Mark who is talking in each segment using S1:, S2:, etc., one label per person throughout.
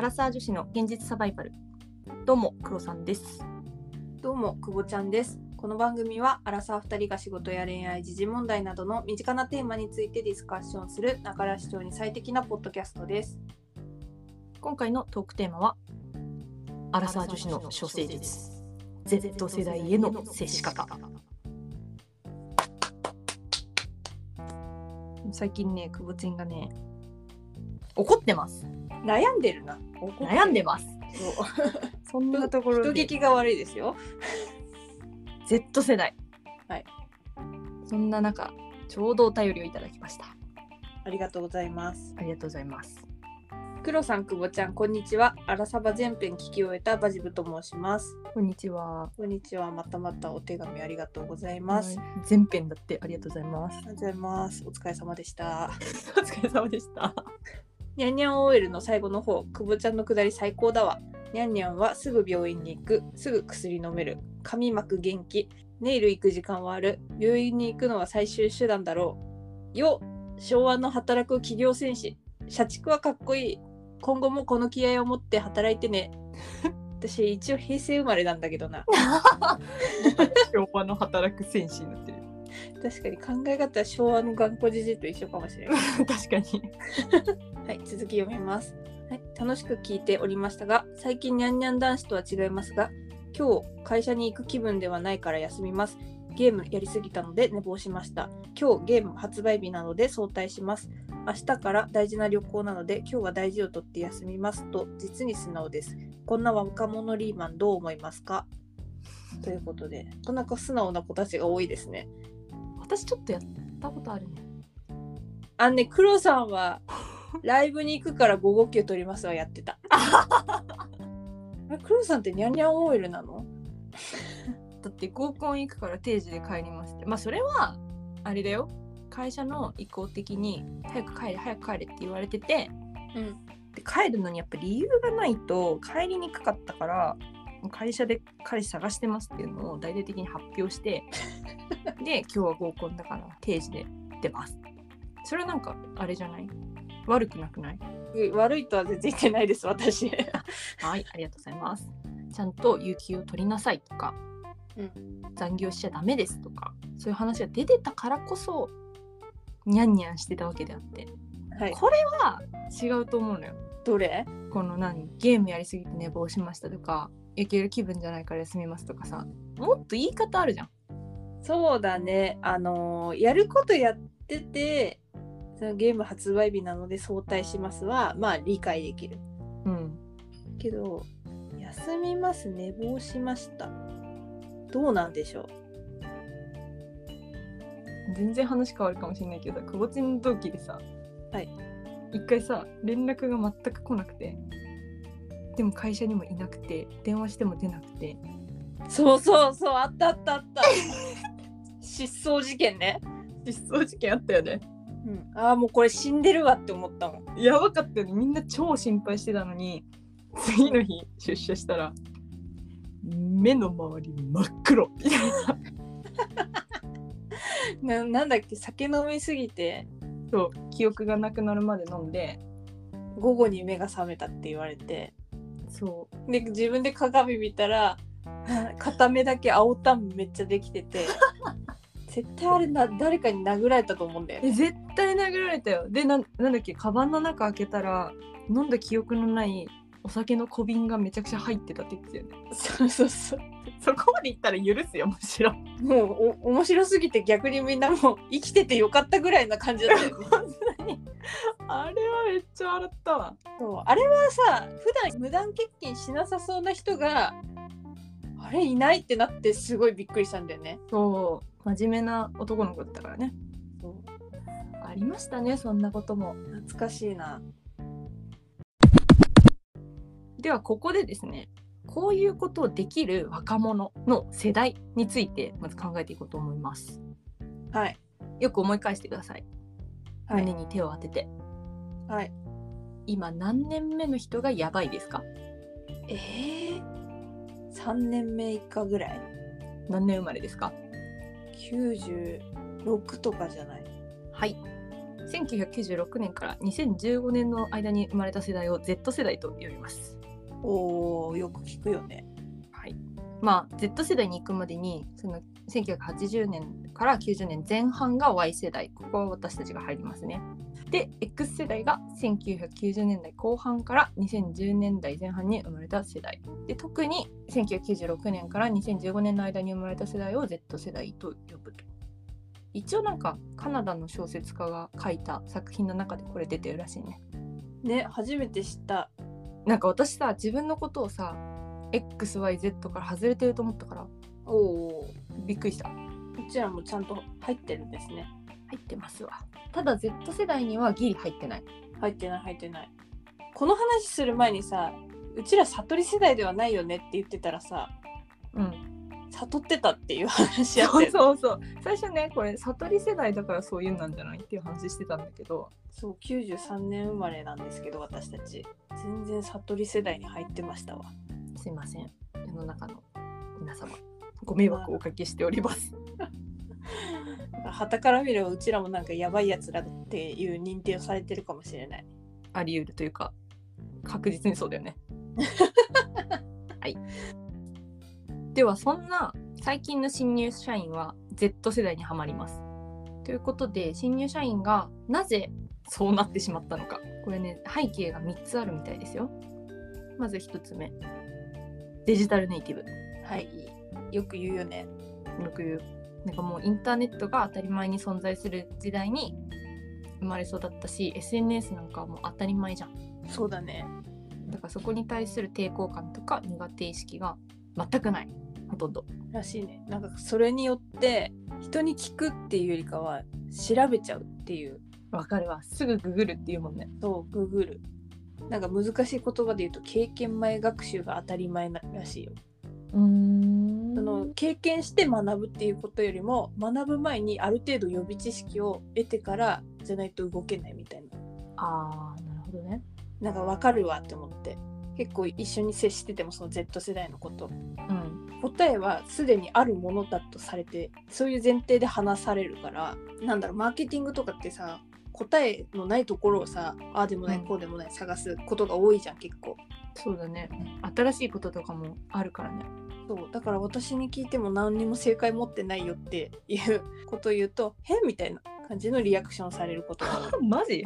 S1: ラサー女子の現実サバイバルどうも黒さんです
S2: どうも、くぼちゃんです。この番組は、アラサー2人が仕事や恋愛、時事問題などの身近なテーマについてディスカッションする、中良市長に最適なポッドキャストです。
S1: 今回のトークテーマはアラサー女子の処世術 Z 世代への接し方最近ねくぼちんがね怒ってます
S2: 悩んでるな。
S1: 悩んでます
S2: そう
S1: そんなところ
S2: 人
S1: で
S2: 聞きが悪いですよ。
S1: Z 世代
S2: はい
S1: そんな中ちょうどお便りをいただきました
S2: ありがとうございます。
S1: ありがとうございます
S2: 黒さん、くぼちゃん、こんにちは。アラサバ全編聞き終えたバジブと申します。
S1: こんにちは
S2: こんにちは。またまたお手紙ありがとうございます。あり
S1: 全編だってありがとうございます
S2: がとうございます。お疲れ様でした。
S1: お疲れ様でした
S2: ニャンニャン OL の最後の方、久保ちゃんのくだり最高だわ。ニャンニャンはすぐ病院に行く、すぐ薬飲める、髪巻く元気、ネイル行く時間はある、病院に行くのは最終手段だろう。よ、昭和の働く企業戦士、社畜はかっこいい。今後もこの気合を持って働いてね。 私一応平成生まれなんだけどな。
S1: 昭和の働く戦士になってる
S2: 確かに考え方は昭和の頑固じじいと一緒かもしれな
S1: 確
S2: い。
S1: かに
S2: はい、続き読みます。はい、楽しく聞いておりましたが、最近にゃんにゃん男子とは違いますが、今日会社に行く気分ではないから休みます。ゲームやりすぎたので寝坊しました。今日ゲーム発売日なので早退します。明日から大事な旅行なので今日は大事をとって休みますと実に素直です。こんな若者リーマンどう思いますかということで、なかなか素直な子たちが多いですね。
S1: 私ちょっとやったことあるね
S2: あのね、黒さんはライブに行くから午後休取りますはやって た。あれ黒さんってニャンニャンオイルなの
S1: だって合コン行くから定時で帰りますってまあそれはあれだよ会社の意向的に早く帰れ早く帰れって言われてて
S2: うん。
S1: で帰るのにやっぱ理由がないと帰りにくかったからもう会社で彼氏探してますっていうのを大々的に発表してで今日は合コンだから定時で出ますそれはなんかあれじゃない悪くなくない
S2: 悪いとは全然言ってないです、 私。
S1: はいありがとうございますちゃんと有給を取りなさいとか、
S2: うん
S1: 残業しちゃダメですとかそういう話が出てたからこそニャンニャンしてたわけであって
S2: はい。
S1: これは違うと思うのよ
S2: どれ
S1: この何ゲームやりすぎて寝坊しましたとかいける気分じゃないから休みますとかさもっと言い方あるじゃん
S2: そうだね。あのーやることやってて、そのゲーム発売日なので早退しますは、まあ理解できる。
S1: うん
S2: けど、休みます、寝坊しました。どうなんでしょう
S1: 全然話変わるかもしれないけど久保ちんの同期でさ
S2: はい
S1: 一回さ連絡が全く来なくてでも会社にもいなくて電話しても出なくて
S2: そうそうそうあったあったあった 失踪事件ね、
S1: 失踪事件あったよね
S2: うん、ああもうこれ死んでるわって思ったもん
S1: やばかったよねみんな超心配してたのに次の日出社したら目の周り真っ黒みたいな
S2: ななんだっけ酒飲みすぎて
S1: そう記憶がなくなるまで飲んで
S2: 午後に目が覚めたって言われて
S1: そ
S2: で自分で鏡見たらな片目だけ青タンめっちゃできてて絶対あれな誰かに殴られたと思うんだよ
S1: うえ
S2: ね
S1: 絶対殴られたよでなんなんだっけカバンの中開けたら飲んだ記憶のないお酒の小瓶がめちゃくちゃ入ってたって言ってたよね
S2: そうそうそう
S1: そこまでいったら許すよむしろ
S2: もうお面白すぎて逆にみんなもう生きててよかったぐらいな感じ だったよね
S1: 本当にあれはめっちゃ笑ったわ
S2: そうあれはさ普段無断欠勤しなさそうな人があれいないってなってすごいびっくりしたんだよね。
S1: そう真面目な男の子だったからねありましたねそんなことも
S2: 懐かしいな。
S1: ではここでですねこういうことをできる若者の世代についてまず考えていこうと思います
S2: はい
S1: よく思い返してください、
S2: は
S1: 胸
S2: い
S1: に手を当てて
S2: はい。
S1: 今何年目の人がやばいですか
S2: ええ三年目以下ぐらい。
S1: 何年生まれですか
S2: 九十六とかじゃない。
S1: はい1996年から2015年の間に生まれた世代を Z 世代と呼びます。
S2: おーよく聞くよね。
S1: はいまあ、Z 世代に行くまでにその1980年から90年前半が Y 世代ここは私たちが入りますね。で X 世代が1990年代後半から2010年代前半に生まれた世代で特に1996年から2015年の間に生まれた世代を Z 世代と呼ぶと。一応なんかカナダの小説家が書いた作品の中でこれ出てるらしいね。
S2: ね初めて知った。
S1: なんか私さ自分のことをさ XYZ から外れてると思ったから
S2: おお
S1: びっくりした。
S2: こちらもちゃんと入ってるんですね。
S1: 入ってますわただ Z 世代にはギリ入ってない
S2: 入ってない入ってない。この話する前にさうちら悟り世代ではないよねって言ってたらさ
S1: うん
S2: 悟ってたっていう話やっ
S1: そ
S2: て
S1: う
S2: る
S1: そうそう最初ねこれ悟り世代だからそういうなんじゃないっていう話してたんだけど
S2: そう93年生まれなんですけど私たち全然悟り世代に入ってましたわ
S1: すいません世の中の皆様ご迷惑をおかけしております
S2: はたから見ればうちらもなんかやばいやつらっていう認定をされてるかもしれない
S1: あり得るというか確実にそうだよねはいではそんな最近の新入社員は Z 世代にはまりますということで新入社員がなぜそうなってしまったのかこれね背景が3つあるみたいですよまず1つ目デジタルネイティブ
S2: はいよく言うよね
S1: よく言うなんかもうインターネットが当たり前に存在する時代に生まれ育ったし SNS なんかはもう当たり前じゃん
S2: そうだね
S1: だからそこに対する抵抗感とか苦手意識が全くないほとんど
S2: らしいねなんかそれによって人に聞くっていうよりかは調べちゃうっていう
S1: わかるわすぐググるっていうもんね
S2: そうググるなんか難しい言葉で言うと経験前学習が当たり前ならしいよ
S1: うーん
S2: その経験して学ぶっていうことよりも学ぶ前にある程度予備知識を得てからじゃないと動けないみたいな
S1: ああなるほどね
S2: なんかわかるわって思って結構一緒に接しててもその Z 世代のこと
S1: うん
S2: 答えはすでにあるものだとされてそういう前提で話されるからなんだろうマーケティングとかってさ答えのないところをさああでもない
S1: うん
S2: こうでもない探すことが多いじゃん結構
S1: そうだね新しいこととかもあるからね
S2: そうだから私に聞いても何にも正解持ってないよっていうことを言うと「へみたいな感じのリアクションされること が多い
S1: マジ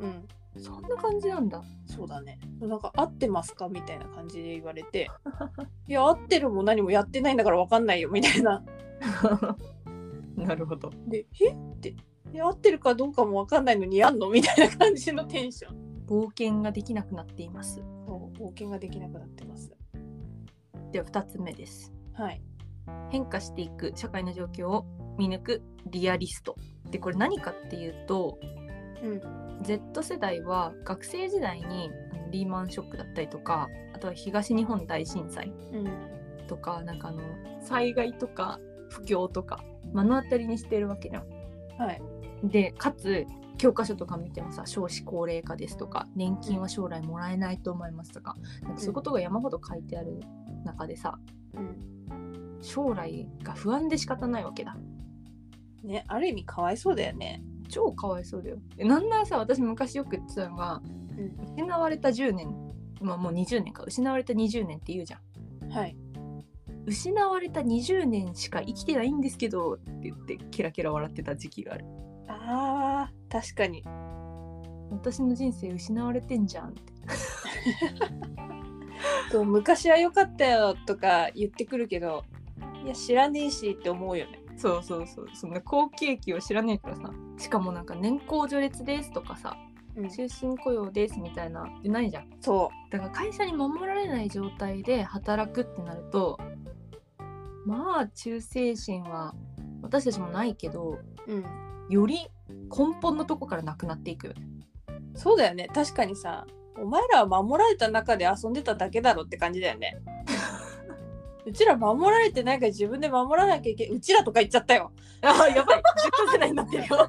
S2: うん
S1: そんな感じなんだ
S2: そうだねなんか合ってますかみたいな感じで言われて 「いや合ってるも何もやってないんだから分かんないよ」みたいな
S1: なるほど
S2: で「えっていや合ってるかどうかも分かんないのにやんのみたいな感じのテンション
S1: 冒険ができなくなっています
S2: そう冒険ができなくなってます
S1: では2つ目です
S2: はい
S1: 変化していく社会の状況を見抜くリアリストでこれ何かっていうと
S2: うん
S1: Z 世代は学生時代にあのリーマンショックだったりとかあとは東日本大震災
S2: うん
S1: とかなんかあの災害とか不況とか目の当たりにしてるわけじゃ
S2: はい
S1: ん。でかつ教科書とか見てもさ少子高齢化ですとか年金は将来もらえないと思いますとかなんかそういうことが山ほど書いてある中でさ
S2: うん
S1: 将来が不安で仕方ないわけだ。
S2: ねある意味かわいそうだよね
S1: 超かわいそうだよ。えなんならさ私昔よく言ってたのが、
S2: ん
S1: 失われた10年まあもう20年か失われた20年って言うじゃん。
S2: はい
S1: 失われた20年しか生きてないんですけどって言ってケラケラ笑ってた時期がある
S2: あー確かに
S1: 私の人生失われてんじゃんって
S2: そう昔は良かったよとか言ってくるけどいや知らねえしって思うよね
S1: そうそうそうそんな好景気を知らねえからさしかもなんか年功序列ですとかさ終身雇用ですみたいなってないじゃん
S2: そ
S1: だから会社に守られない状態で働くってなるとまあ忠誠心は私たちもないけど
S2: う、うん、
S1: より根本のとこからなくなっていくよね
S2: そうだよね確かにさお前らは守られた中で遊んでただけだろって感じだよねうちら守られてないから自分で守らなきゃいけうちらとか言っちゃったよ
S1: あやばい Z 世代になってる よ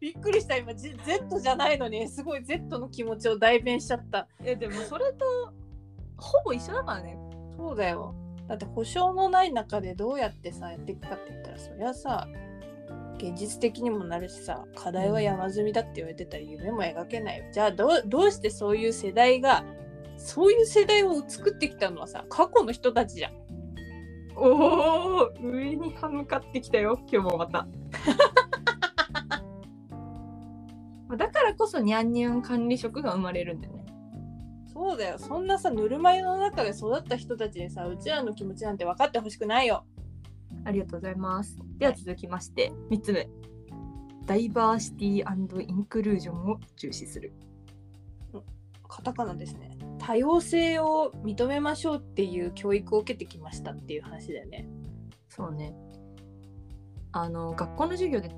S2: びっくりした今 Z, Z じゃないのにすごい Z の気持ちを代弁しちゃった
S1: えでもそれとほぼ一緒だからね
S2: そうだよだって保証のない中でどうやってさやっていくかって言ったらそりゃさ現実的にもなるしさ課題は山積みだって言われてたら夢も描けないよじゃあどうどうしてそういう世代がそういう世代を作ってきたのはさ過去の人たちじゃん
S1: おお上に歯向かってきたよ今日もま ただからこそニャンニャン管理職が生まれるんだよね
S2: そうだよそんなさぬるま湯の中で育った人たちにさうちらの気持ちなんて分かってほしくないよ
S1: ありがとうございますでは続きまして3つ目ダイバーシティインクルージョンを重視する
S2: カタカナですね多様性を認めましょうっていう教育を受けてきましたっていう話だよね
S1: そうねあの学校の授業で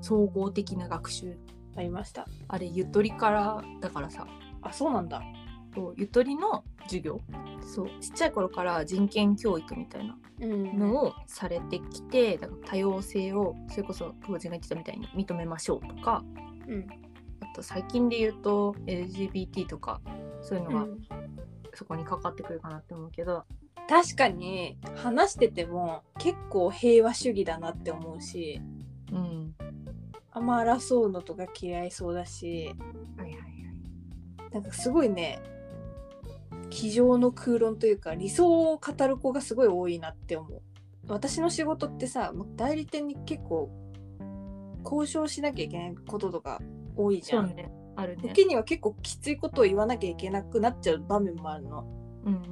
S1: 総合的な学習
S2: ありました
S1: あれゆとりからだからさ
S2: あそうなんだ
S1: そうゆとりの授業そうちっちゃい頃から人権教育みたいな
S2: うん
S1: のをされてきてだから多様性をそれこそ久保ちゃんが言ってたみたいに認めましょうとか
S2: うん
S1: あと最近で言うと LGBT とかそういうのがそこにかかってくるかなって思うけど、
S2: 確かに話してても結構平和主義だなって思うし
S1: うん、
S2: あんま争うのとか嫌いそうだし
S1: はいはいはい
S2: なんかすごいね机上の空論というか理想を語る子がすごい多いなって思う私の仕事ってさもう代理店に結構交渉しなきゃいけないこととか多いじ
S1: そ
S2: ゃ、
S1: うんねあるね
S2: 時には結構きついことを言わなきゃいけなくなっちゃう場面もあるの
S1: うんうん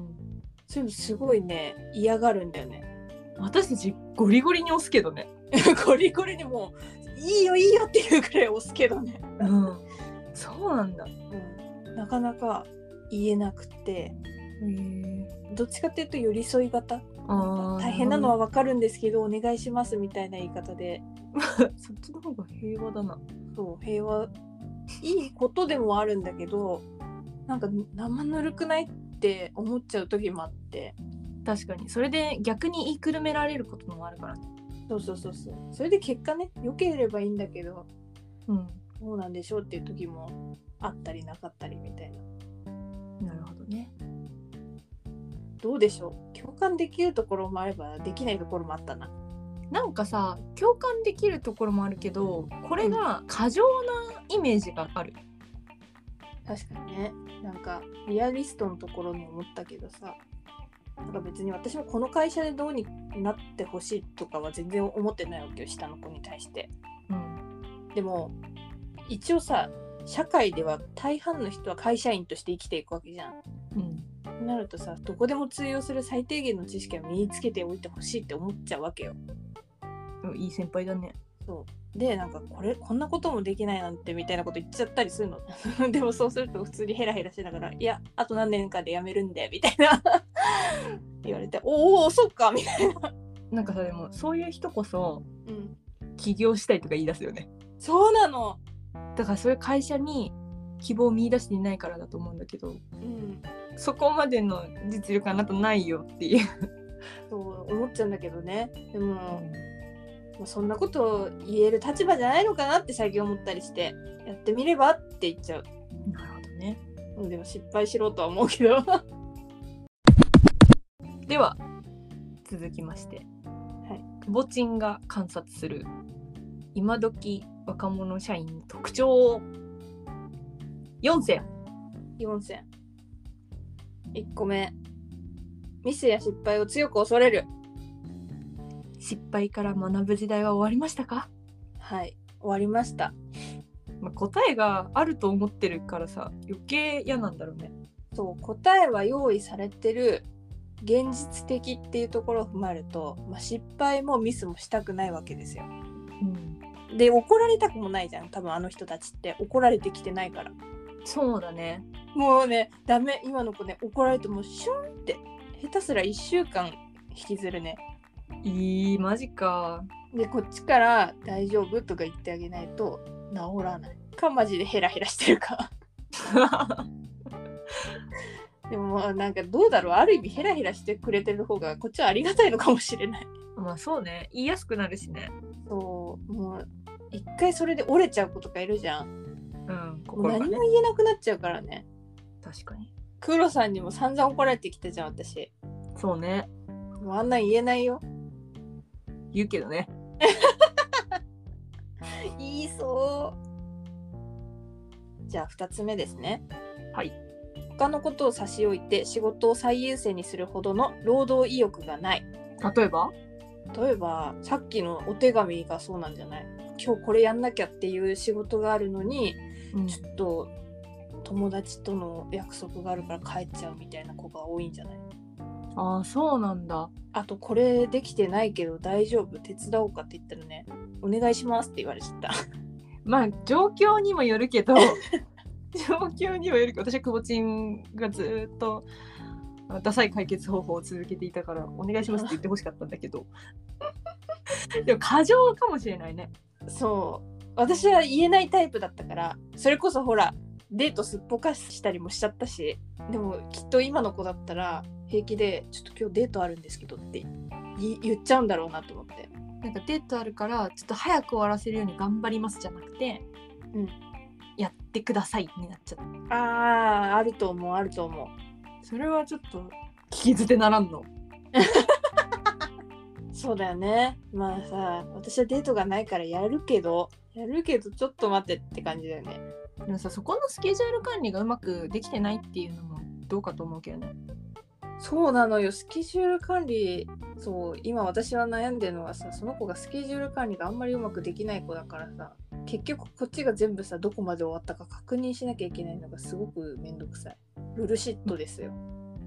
S2: そういうのすごいね嫌がるんだよね
S1: 私たちゴリゴリに押すけどね
S2: ゴリゴリにもういいよいいよっていうくらい押すけどね、
S1: うんそうなんだへ
S2: うん、なかなか言えなくって
S1: え
S2: どっちかっていうと寄り添い型
S1: あー
S2: 大変なのはわかるんですけどお願いしますみたいな言い方で
S1: そっちの方が平和だな
S2: そう平和いいことでもあるんだけどなんか生ぬるくないって思っちゃう時もあって
S1: 確かにそれで逆に言いくるめられることもあるからね
S2: そうそうそうそうそれで結果ね良ければいいんだけど
S1: うん
S2: どうなんでしょうっていう時もあったりなかったりみたいな
S1: なるほどね
S2: どうでしょう共感できるところもあればできないところもあったな
S1: なんかさ共感できるところもあるけどこれが過剰なイメージがある、
S2: 確かにねなんかリアリストのところに思ったけどさなんか別に私もこの会社でどうになってほしいとかは全然思ってないわけよ下の子に対して
S1: うん、
S2: でも一応さ社会では大半の人は会社員として生きていくわけじゃん
S1: うん
S2: となるとさどこでも通用する最低限の知識は身につけておいてほしいって思っちゃうわけよ
S1: いい先輩だね
S2: でなんかこれこんなこともできないなんてみたいなこと言っちゃったりするの でもそうすると普通にヘラヘラしながら「いやあと何年かで辞めるんで」みたい な言われて「おーおーそっか」みたい
S1: なんかさでもそういう人こそ
S2: な、
S1: 起業したいとか言い出すよね
S2: そうなの、
S1: だからそういう会社に希望を見出していないからだと思うんだけど
S2: うん、
S1: そこまでの実力あなたないよっていう、
S2: そう思っちゃうんだけどねでも、まあそんなこと言える立場じゃないのかなって最近思ったりしてやってみればって言っちゃう
S1: なるほどね
S2: うんでも失敗しろとは思うけど
S1: では続きまして、
S2: はい、
S1: 久保ちんが観察する今時若者社員の特徴を4選
S2: 4選1個目ミスや失敗を強く恐れる
S1: 失敗から学ぶ時代は終わりましたか、
S2: はい終わりました
S1: まあ、答えがあると思ってるからさ余計嫌なんだろうね
S2: そう答えは用意されてる現実的っていうところを踏まえると、まあ、失敗もミスもしたくないわけですよ
S1: うん
S2: で怒られたくもないじゃん多分あの人たちって怒られてきてないから
S1: そうだね
S2: もうねダメ今の子ね怒られてもシュンって下手すら1週間引きずるね
S1: いいマジか
S2: でこっちから「大丈夫?」とか言ってあげないと治らないかマジでヘラヘラしてるかでもまあなんかどうだろうある意味ヘラヘラしてくれてる方がこっちはありがたいのかもしれない
S1: まあそうね言いやすくなるしね
S2: そうもう一回それで折れちゃう子とかいるじゃん
S1: うん
S2: もう
S1: 心が
S2: 何
S1: ね
S2: も言えなくなっちゃうからね
S1: 確かに
S2: 黒さんにも散々怒られてきたじゃん私
S1: そうね
S2: もうあんなん言えないよ
S1: 言うけどね
S2: 言いそう。じゃあ2つ目ですね。
S1: はい。
S2: 他のことを差し置いて仕事を最優先にするほどの労働意欲がない。
S1: 例えば
S2: 例えばさっきのお手紙がそうなんじゃない今日これやんなきゃっていう仕事があるのにちょっと友達との約束があるから帰っちゃうみたいな子が多いんじゃない
S1: ああそうなんだ
S2: あとこれできてないけど大丈夫手伝おうかって言ったらねお願いしますって言われちゃった
S1: まあ状況にもよるけ ど状況にもよるけど私はくぼちんがずーっとあダサい解決方法を続けていたからお願いしますって言ってほしかったんだけ どでも過剰かもしれないね
S2: そう私は言えないタイプだったからそれこそほらデートすっぽかしたりもしちゃったしでもきっと今の子だったら平気でちょっと今日デートあるんですけどって言言っちゃうんだろうなと思って
S1: なんかデートあるからちょっと早く終わらせるように頑張りますじゃなくて、
S2: うん
S1: やってくださいになっちゃった
S2: あーあると思うあると思う
S1: それはちょっと聞き捨てならんの
S2: そうだよねまあさ私はデートがないからやるけどやるけどちょっと待ってって感じだよね
S1: でもさそこのスケジュール管理がうまくできてないっていうのもどうかと思うけどね
S2: そうなのよスケジュール管理そう今私は悩んでるのはさその子がスケジュール管理があんまりうまくできない子だからさ結局こっちが全部さどこまで終わったか確認しなきゃいけないのがすごくめんどくさいルルシットですよ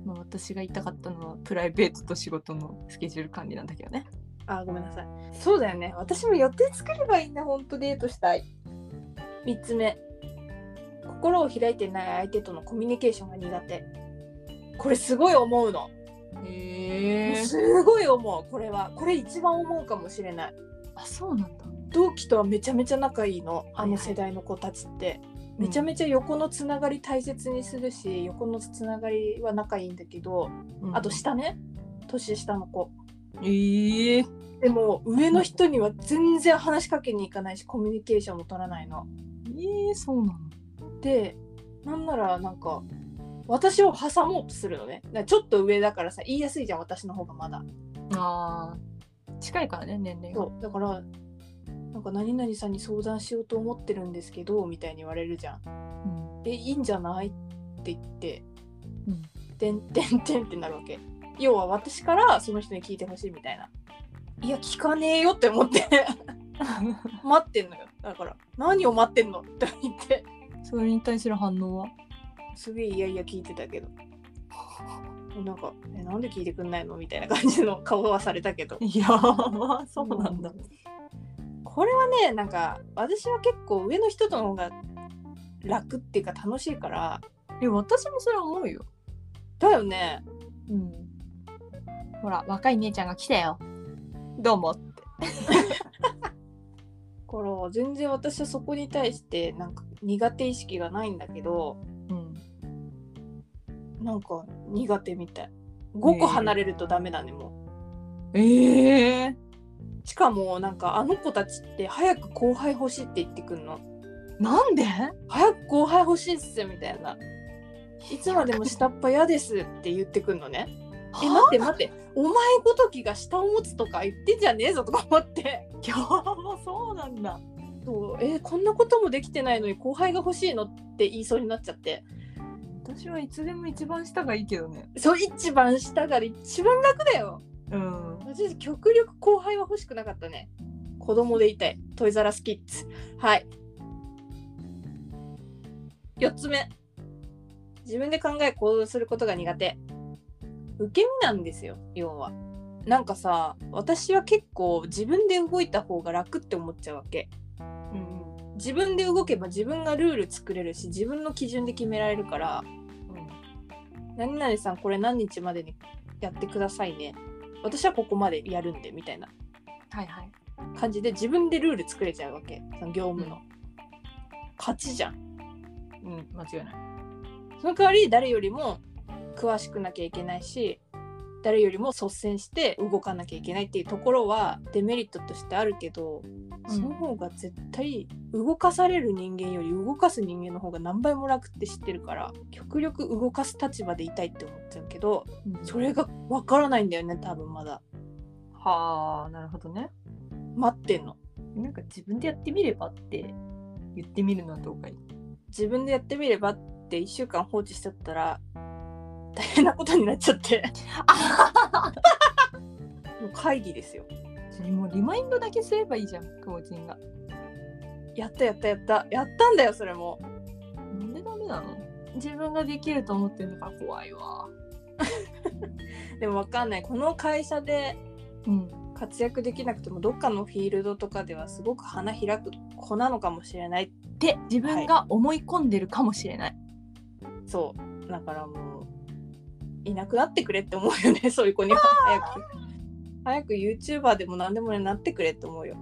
S1: まあ、私が言いたかったのはプライベートと仕事のスケジュール管理なんだけどね。
S2: あーごめんなさいそうだよね私も予定作ればいいんだほんとデートしたい3つ目心を開いてない相手とのコミュニケーションが苦手これすごい思うの、
S1: へ
S2: すごい思うこれはこれ一番思うかもしれない
S1: あそうなんだ。
S2: 同期とはめちゃめちゃ仲いいの
S1: はい
S2: あ
S1: は
S2: の
S1: い
S2: 世代の子たちって、めちゃめちゃ横のつながり大切にするし横のつながりは仲いいんだけど
S1: うん
S2: あと下ね年下の子
S1: ええ
S2: でも上の人には全然話しかけに行かないしコミュニケーションも取らないの。
S1: ええそうなの。
S2: でなんならなんか私を挟もうとするのね。だからちょっと上だからさ言いやすいじゃん私の方がまだ。
S1: ああ近いからね年齢が。
S2: そうだからなんか何々さんに相談しようと思ってるんですけどみたいに言われるじゃん。
S1: うん
S2: えいいんじゃないって言って
S1: うん
S2: 「てん てんてん」ってなるわけ。要は私からその人に聞いてほしいみたいな。いや聞かねえよって思って待ってんのよだから何を待ってんのって言って
S1: それに対する反応は
S2: すげえいやいや聞いてたけどなんか「えなんで聞いてくんないの?」みたいな感じの顔はされたけど
S1: いやーそうなんだ。
S2: これはねなんか私は結構上の人との方が楽っていうか楽しいから
S1: え私もそれ思うよ。
S2: だよね
S1: うん、ほら若い姉ちゃんが来たよ。どうも。
S2: だから全然私はそこに対してなんか苦手意識がないんだけど
S1: うん、
S2: なんか苦手みたい5個離れるとダメだねも
S1: ええ
S2: うしかもなんかあの子たちって早く後輩欲しいって言ってくんの
S1: なんで
S2: 早く後輩欲しいっすみたいな。いつまでも下っ端嫌ですって言ってくんのね。え、待って待って、お前ごときが下を持つとか言ってんじゃねえぞとか思って。
S1: 今日もそうなんだ。
S2: そうえこんなこともできてないのに後輩が欲しいのって言いそうになっちゃって。
S1: 私はいつでも一番下がいいけどね。
S2: そう、一番下が一番楽だよ。
S1: うん。
S2: 私、極力後輩は欲しくなかったね。子供でいたい。トイザラスキッズ。はい。4つ目。自分で考え行動することが苦手。受け身なんですよ、要は。なんかさ、私は結構自分で動いた方が楽って思っちゃうわけ。自分で動けば自分がルール作れるし、自分の基準で決められるから、何々さんこれ何日までにやってくださいね。私はここまでやるんで、みたいな。
S1: はいはい。
S2: 感じで自分でルール作れちゃうわけその業務の、勝ちじゃん
S1: うん、間違いない。
S2: その代わり誰よりも詳しくなきゃいけないし誰よりも率先して動かなきゃいけないっていうところはデメリットとしてあるけど、その方が絶対動かされる人間より動かす人間の方が何倍も楽って知ってるから極力動かす立場でいたいって思っちゃうけどそれが分からないんだよね多分まだ
S1: はあ、なるほどね。
S2: 待ってんの
S1: なんか自分でやってみればって言ってみるのはどうかい
S2: 自分でやってみればって1週間放置しちゃったら大変なことになっちゃってもう会議ですよ
S1: それもうリマインドだけすればいいじゃん久保人が
S2: やったやったやったやったんだよそれも
S1: なんでダメなの自分ができると思ってるのが怖いわ
S2: でもわかんないこの会社で
S1: うん
S2: 活躍できなくてもどっかのフィールドとかではすごく花開く子なのかもしれない
S1: って自分が思い込んでるかもしれ ない、
S2: そうだからもういなくなってくれって思うよねそういう子には早く早く YouTuber でも何でもなってくれって思うよ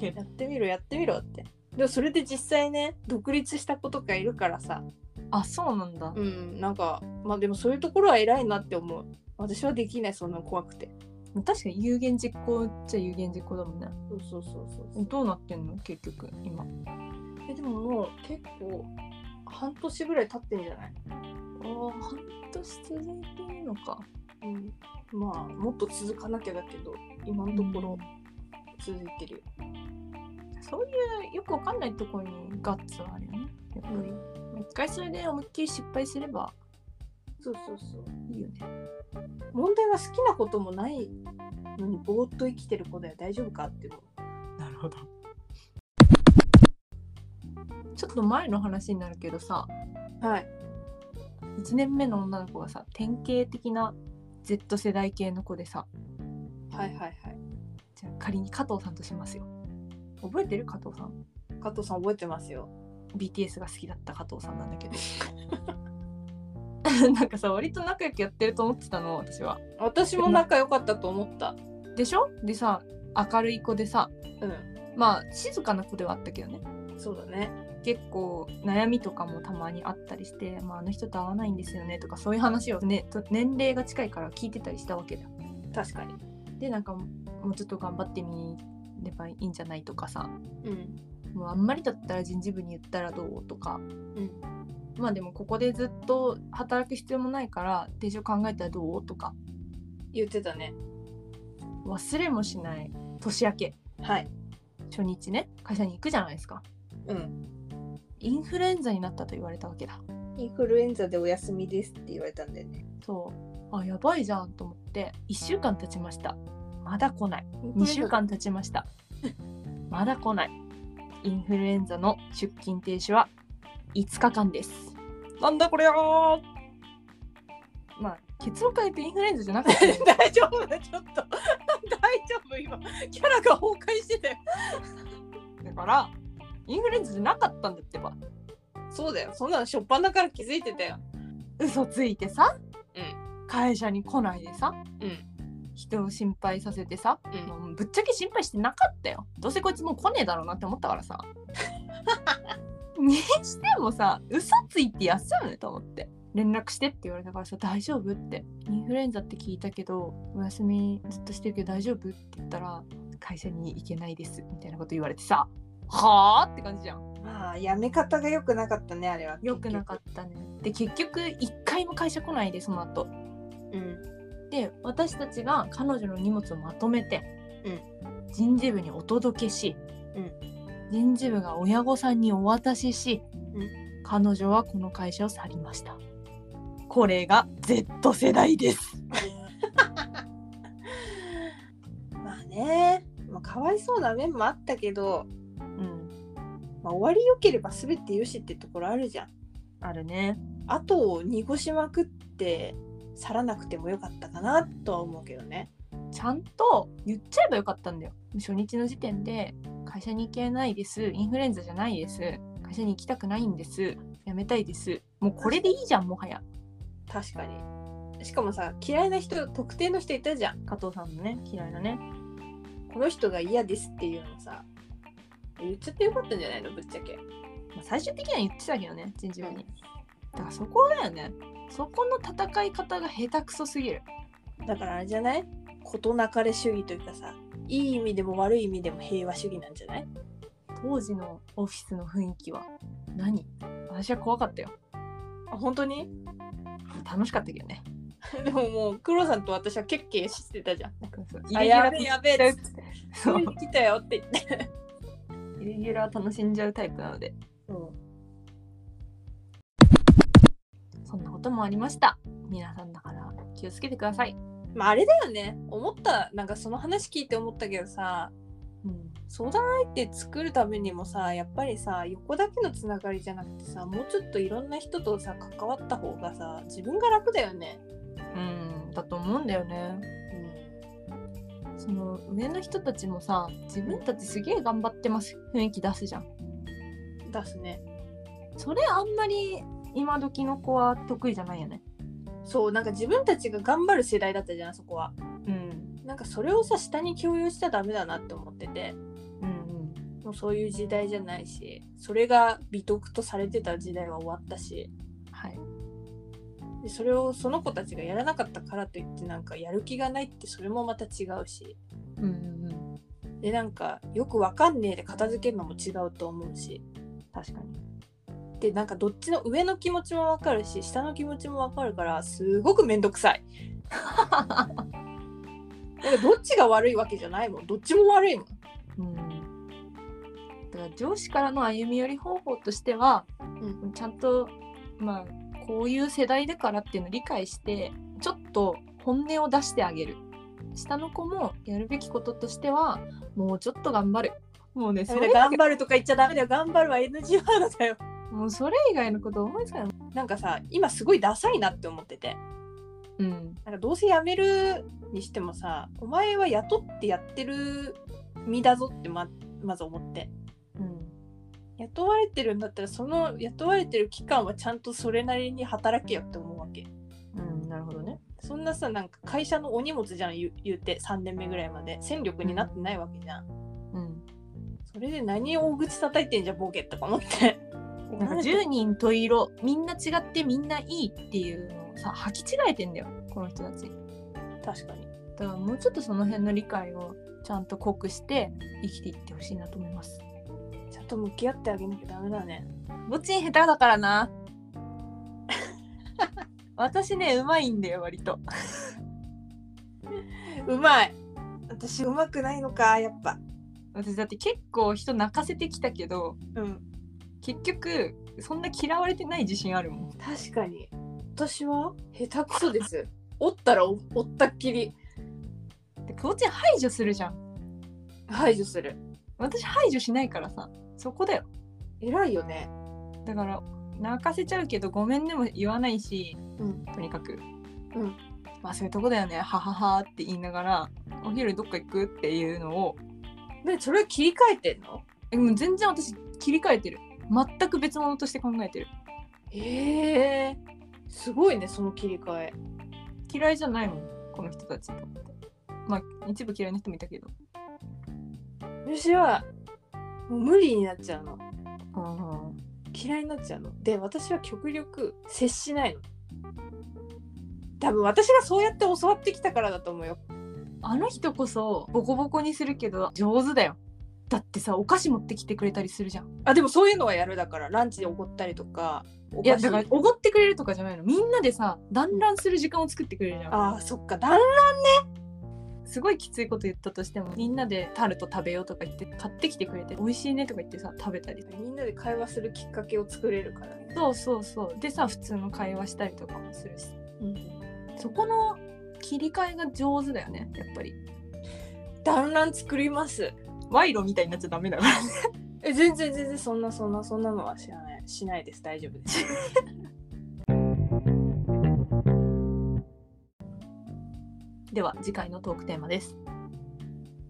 S2: やってみろやってみろってでもそれで実際ね独立した子とかいるからさ
S1: あそうなんだ、
S2: うんなんかまあでもそういうところは偉いなって思う私はできないそんな怖くて
S1: 確かに有言実行っちゃ有言実行だもんね
S2: そうそうそうそう
S1: どうなってんの結局今
S2: えでももう結構半年ぐらい経ってんじゃない、
S1: あ半年続いてるのか
S2: うん、まあもっと続かなきゃだけど今のところ続いてるよ、
S1: そういうよくわかんないところにガッツはあるよねやっぱり一回それで思いっきり失敗すれば
S2: そうそうそう
S1: いいよね
S2: 問題は好きなこともないのにぼーっと生きてる子だよ大丈夫かって思う
S1: なるほどちょっと前の話になるけどさ
S2: はい
S1: 1年目の女の子がさ典型的な Z 世代系の子でさ
S2: はいはいはい
S1: じゃあ仮に加藤さんとしますよ覚えてる加藤さん
S2: 加藤さん覚えてますよ
S1: BTS が好きだった加藤さんなんだけど なんかさ割と仲良くやってると思ってたの私は
S2: 私も仲良かったと思った
S1: でしょでさ明るい子でさ
S2: うん
S1: まあ静かな子ではあったけどね
S2: そうだね
S1: 結構悩みとかもたまにあったりして、まあ、あの人と合わないんですよねとかそういう話を、ね、と年齢が近いから聞いてたりしたわけだよ
S2: 確かに
S1: でなんかもうちょっと頑張ってみればいいんじゃないとかさ
S2: うん
S1: もうあんまりだったら人事部に言ったらどうとか
S2: うん
S1: まあでもここでずっと働く必要もないから定常考えたらどうとか
S2: 言ってたね
S1: 忘れもしない年明け
S2: はい
S1: 初日ね会社に行くじゃないですか
S2: うん
S1: インフルエンザになったと言われたわけだ
S2: インフルエンザでお休みですって言われたんだよね
S1: そうあやばいじゃんと思って1週間経ちましたまだ来ない2週間経ちました まだ来ないインフルエンザの出勤停止は5日間です
S2: なんだこれよ
S1: まあ結論から言うとインフルエンザじゃなかったよ
S2: 大丈夫ちょっと 大丈夫今キャラが崩壊してたよ
S1: だからインフルエンザじゃなかったんだってば
S2: そうだよそんなの初っ端から気づいてたよ
S1: 嘘ついてさ、
S2: う
S1: 会社に来ないでさ
S2: うん
S1: 人を心配させてさ、
S2: うん
S1: もうぶっちゃけ心配してなかったよどうせこいつもう来ねえだろうなって思ったからさにしてもさ嘘ついて休むと思って連絡してって言われたからさ「大丈夫?」って「インフルエンザって聞いたけどお休みずっとしてるけど大丈夫?」って言ったら「会社に行けないです」みたいなこと言われてさ「はあ?」って感じじゃん
S2: まあやめ方が良くなかったねあれは
S1: よくなかったねで結局1回も会社来ないでその後
S2: うん
S1: で私たちが彼女の荷物をまとめて、人事部にお届けし、
S2: うん
S1: 人事部が親御さんにお渡しし、
S2: うん
S1: 彼女はこの会社を去りましたこれが Z 世代です
S2: まあね、まあ、かわいそうな面もあったけど、
S1: うん
S2: まあ、終わり良ければ全てよしってところあるじゃん
S1: あるね
S2: 後を濁しまくって去らなくてもよかったかなとは思うけどね
S1: ちゃんと言っちゃえばよかったんだよ初日の時点で会社に行けないですインフルエンザじゃないです会社に行きたくないんです辞めたいですもうこれでいいじゃんもはや
S2: 確かにしかもさ嫌いな人特定の人いたじゃん
S1: 加藤さんのね嫌いなね
S2: この人が嫌ですっていうのさ言っちゃってよかったんじゃないのぶっちゃけ
S1: まあ最終的には言ってたけどね人事部にだからそこだよねそこの戦い方が下手くそすぎる
S2: だからあれじゃない事なかれ主義というかさいい意味でも悪い意味でも平和主義なんじゃない
S1: 当時のオフィスの雰囲気は何私は怖かったよ
S2: あ本当に
S1: 楽しかったけどね
S2: でももう黒さんと私は結構してたじゃん
S1: なんかそう
S2: あ
S1: イレギュ
S2: や
S1: ラ
S2: べ
S1: ー
S2: えやべえっつって
S1: そう
S2: 来たよって言って。
S1: イレギュラー楽しんじゃうタイプなのでそんなこともありました皆さんだから気をつけてください、
S2: まああれだよね。思った、なんかその話聞いて思ったけどさ、
S1: うん、
S2: 相談相手作るためにもさ、やっぱりさ、横だけのつながりじゃなくてさ、もうちょっといろんな人とさ、関わった方がさ、自分が楽だよね。
S1: うん、だと思うんだよねその上の人たちもさ自分たちすげえ頑張ってます雰囲気出すじゃん
S2: 出すね。
S1: それあんまり今時の子は得意じゃないよね
S2: そう、なんか自分たちが頑張る世代だったじゃん、そこは。
S1: うん
S2: なんかそれをさ、下に共有しちゃダメだなって思ってて。
S1: うん
S2: もうそういう時代じゃないしそれが美徳とされてた時代は終わったし
S1: はい
S2: でそれをその子たちがやらなかったからといってなんかやる気がないってそれもまた違うし
S1: うん うん
S2: でなんかよくわかんねえで片付けるのも違うと思うし
S1: 確かに
S2: でなんかどっちの上の気持ちもわかるし下の気持ちもわかるからすごくめんどくさい。なんかどっちが悪いわけじゃないもんどっちも悪いもん。
S1: うんだから上司からの歩み寄り方法としては、
S2: う
S1: ちゃんとまあこういう世代だからっていうのを理解してちょっと本音を出してあげる下の子もやるべきこととしてはもうちょっと頑張るもうねそ
S2: ダメだ
S1: れ
S2: よ頑張るとか言っちゃダメだよ頑張るは NG ワードだよ。
S1: もうそれ以外のこと思いつかない
S2: なんかさ今すごいダサいなって思ってて。
S1: うん
S2: なんかどうせ辞めるにしてもさお前は雇ってやってる身だぞってままず思って
S1: うん
S2: 雇われてるんだったらその雇われてる期間はちゃんとそれなりに働けよって思うわけ
S1: うん、なるほどね。
S2: そんなさなんか会社のお荷物じゃん言う言うて3年目ぐらいまで戦力になってないわけじゃん
S1: うん、
S2: それで何を大口叩いてんじゃんボケとか思って
S1: なんか10人と色みんな違ってみんないいっていうのをさ履き違えてんだよこの人たち。
S2: 確かに
S1: だからもうちょっとその辺の理解をちゃんと濃くして生きていってほしいなと思います。
S2: ちゃんと向き合ってあげなきゃダメだね
S1: ぼちん下手だからな。 私ねうまいんだよ割と。
S2: うまい私うまくないのかやっぱ
S1: 私だって結構人泣かせてきたけど
S2: うん
S1: 結局そんな嫌われてない自信あるもん。
S2: 確かに私は下手くそですおったらおおったっきり
S1: でぼちん排除するじゃん。
S2: 排除する
S1: 私排除しないからさそこだよ。
S2: 偉いよね
S1: だから泣かせちゃうけどごめんねも言わないし、
S2: うん
S1: とにかく、
S2: うん
S1: まあそういうとこだよねはははって言いながらお昼どっか行くっていうのを
S2: でそれ切り替えてんの
S1: えもう全然私切り替えてる全く別物として考えてる
S2: へえすごいねその切り替え
S1: 嫌いじゃないもんこの人たちと思ってまあ一部嫌いな人もいたけど
S2: 私はもう無理になっちゃうの
S1: うん
S2: 嫌いになっちゃうので私は極力接しないの多分私がそうやって教わってきたからだと思うよ
S1: あの人こそボコボコにするけど上手だよだってさお菓子持ってきてくれたりするじゃん
S2: あでもそういうのはやるだからランチでおごったりとかお
S1: いや
S2: 菓子
S1: だからおごってくれるとかじゃないのみんなでさ団らんする時間を作ってくれるじゃん
S2: あーそっかだん
S1: すごいきついこと言ったとしてもみんなでタルト食べようとか言って買ってきてくれて美味しいねとか言ってさ食べたり
S2: みんなで会話するきっかけを作れるからね
S1: そうそうそうでさ普通の会話したりとかもするし
S2: うん、
S1: そこの切り替えが上手だよねやっぱり
S2: 団らん作ります
S1: 賄賂みたいになっちゃダメだから
S2: え全然全然そんなそんなそんなのは知らないしないです大丈夫です
S1: では次回のトークテーマです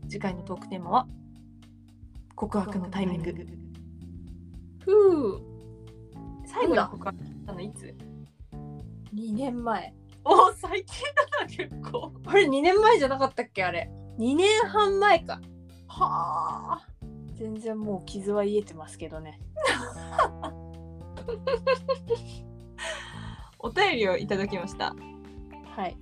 S1: 次回のトークテーマは告白のタイミング
S2: ふう
S1: 最後に告白したのいつ
S2: 2年前
S1: おー最近だな結構
S2: あれ2年前じゃなかったっけあれ2年半前か
S1: はあ
S2: 全然もう傷は癒えてますけどね
S1: お便りをいただきました
S2: はい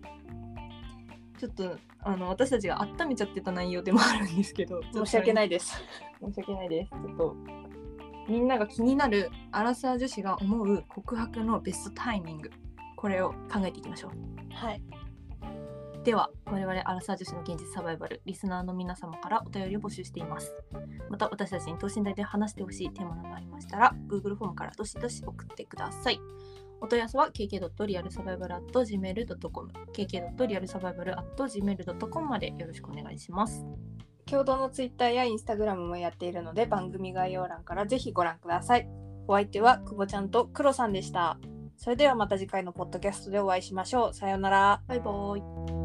S1: ちょっとあの私たちが温めちゃってた内容でもあるんですけ ど
S2: 申し訳ないいです
S1: 申し訳ないですちょっとみんなが気になるアラサー女子が思う告白のベストタイミングこれを考えていきましょう
S2: はい
S1: では我々アラサー女子の現実サバイバルリスナーの皆様からお便りを募集していますまた私たちに等身大で話してほしいテーマなどありましたら Google フォームからどしどし送ってくださいお問い合わせは kk.realsurvival.gmail.com kk.realsurvival.gmail.com までよろしくお願いします
S2: 共同のツイッターやインスタグラムもやっているので番組概要欄からぜひご覧くださいお相手は久保ちゃんとクロさんでしたそれではまた次回のポッドキャストでお会いしましょうさようなら
S1: バイバイ